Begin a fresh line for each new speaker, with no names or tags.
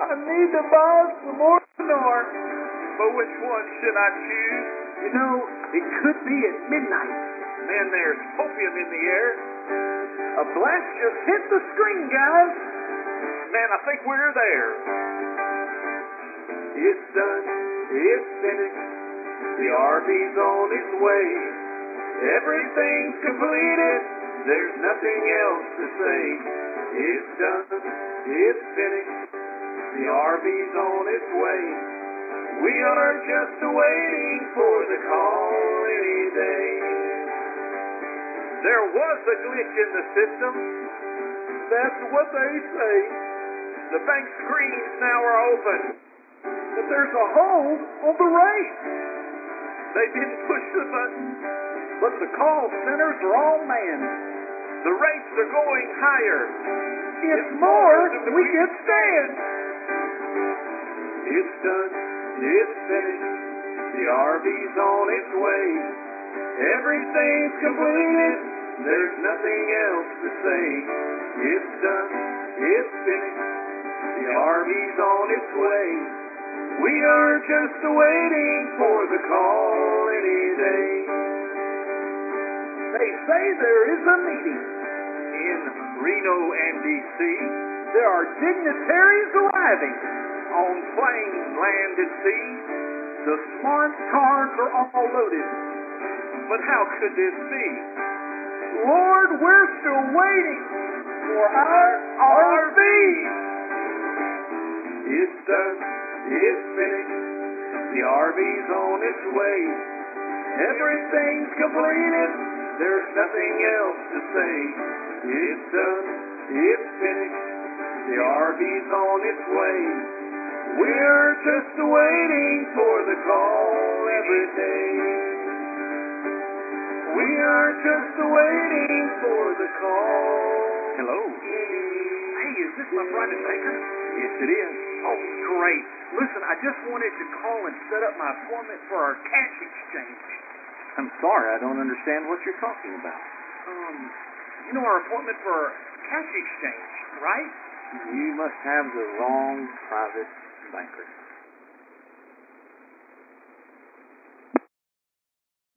I need to buy some more in the market.
But which one should I choose?
You know, it could be at midnight.
Man, there's opium in the air.
A blast just hit the screen, guys.
Man, I think we're there.
It's done. It's finished. The RV's on its way. Everything's completed. There's nothing else to say. It's done. It's finished. The RV's on its way. We are just waiting for the call any day.
There was a glitch in the system.
That's what they say.
The bank screens now are open.
But there's a hole on the race.
They didn't push the button.
But the call centers are all manned.
The rates are going higher.
It's, it's more than we can stand.
It's done. It's finished. The RV's on its way. Everything's completed. There's nothing else to say. It's done. It's finished. The RV's on its way. We are just waiting for the call any day.
They say there is a meeting
in Reno and D.C.
There are dignitaries arriving
on planes, land, and sea.
The smart cars are all loaded.
But how could this be?
Lord, we're still waiting for our RV.
It's done. It's finished. The RV's on its way. Everything's completed. There's nothing else to say. It's done. It's finished. The RV's on its way. We're just waiting for the call every day. We are just waiting for the call.
Hello.
Hey, is this my Friday Baker?
Yes, it is.
Oh, great. Listen, I just wanted to call and set up my appointment for our cash exchange.
I'm sorry, I don't understand what you're talking about.
Um, you know our appointment for our cash exchange, right?
You must have the wrong private banker.